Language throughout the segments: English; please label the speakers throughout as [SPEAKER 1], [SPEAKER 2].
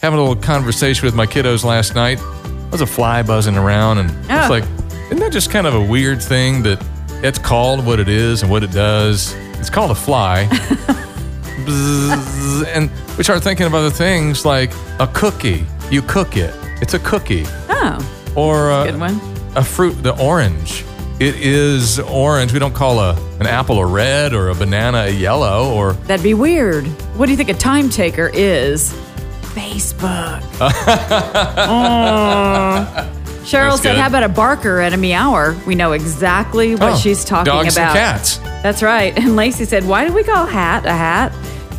[SPEAKER 1] having a little conversation with my kiddos last night. There was a fly buzzing around, and it's
[SPEAKER 2] Oh.
[SPEAKER 1] like, isn't that just kind of a weird thing that it's called what it is and what it does? It's called a fly. Bzzz, and we started thinking of other things like a cookie. You cook it. It's a cookie.
[SPEAKER 2] Oh,
[SPEAKER 1] Or uh,
[SPEAKER 2] good one.
[SPEAKER 1] a fruit, the orange. It is orange. We don't call a an apple a red or a banana a yellow or
[SPEAKER 2] That'd be weird. What do you think a time taker is? Facebook. Aw. Cheryl
[SPEAKER 1] That's
[SPEAKER 2] said,
[SPEAKER 1] good.
[SPEAKER 2] "How about a barker and a meower? We know exactly what
[SPEAKER 1] Oh,
[SPEAKER 2] she's talking
[SPEAKER 1] dogs
[SPEAKER 2] about."
[SPEAKER 1] and cats.
[SPEAKER 2] That's right. And Lacey said, "Why do we call hat a hat?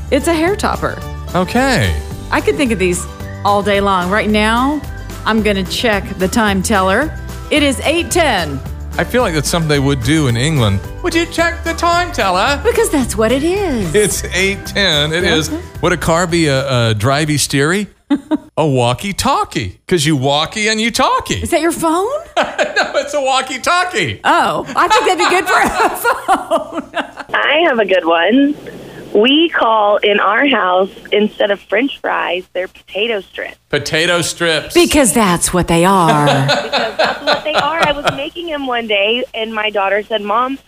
[SPEAKER 2] It's a hair topper."
[SPEAKER 1] Okay.
[SPEAKER 2] I could think of these all day long. Right now, I'm going to check the time teller. It is 8:10
[SPEAKER 1] I feel like that's something they would do in England. Would you check the time teller?
[SPEAKER 2] because that's what it is.
[SPEAKER 1] It's 810. It is. Would a car be a, a drivey steery? a walkie talkie. Because you walkie and you talkie.
[SPEAKER 2] Is that your phone?
[SPEAKER 1] no, it's a walkie talkie.
[SPEAKER 2] Oh, I think that'd be good for a phone.
[SPEAKER 3] I have a good one. We call in our house instead of French fries, they're potato strips
[SPEAKER 1] Potato strips.
[SPEAKER 2] Because that's what they are.
[SPEAKER 3] because that's what they are. I was making them one day, and my daughter said, "Mom,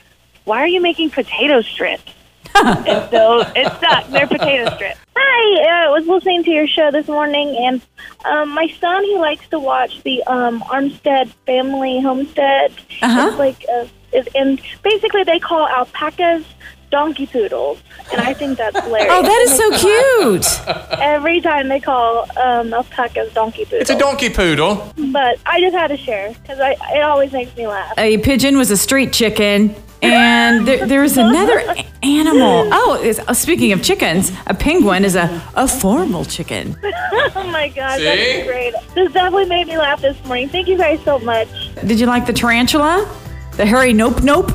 [SPEAKER 3] why are you making potato strips?" and so it stuck. They're potato strips.
[SPEAKER 4] Hi, uh, I was listening to your show this morning, and um, my son he likes to watch the um, Armstead Family Homestead.
[SPEAKER 2] Uh-huh.
[SPEAKER 4] It's like, uh, it, and basically they call alpacas donkey poodles, and I think that's hilarious.
[SPEAKER 2] Oh, that is so cute.
[SPEAKER 4] Every time they call um, alpacas donkey poodles,
[SPEAKER 1] it's a donkey poodle.
[SPEAKER 4] but I just had to share because I it always makes me laugh.
[SPEAKER 2] A pigeon was a street chicken. And there, there is another a- animal. Oh, it's, oh, speaking of chickens, a penguin is a, a formal chicken.
[SPEAKER 4] Oh my gosh,
[SPEAKER 1] See?
[SPEAKER 4] that's great! This definitely made me laugh this morning. Thank you guys so much.
[SPEAKER 2] Did you like the tarantula? The hairy nope nope?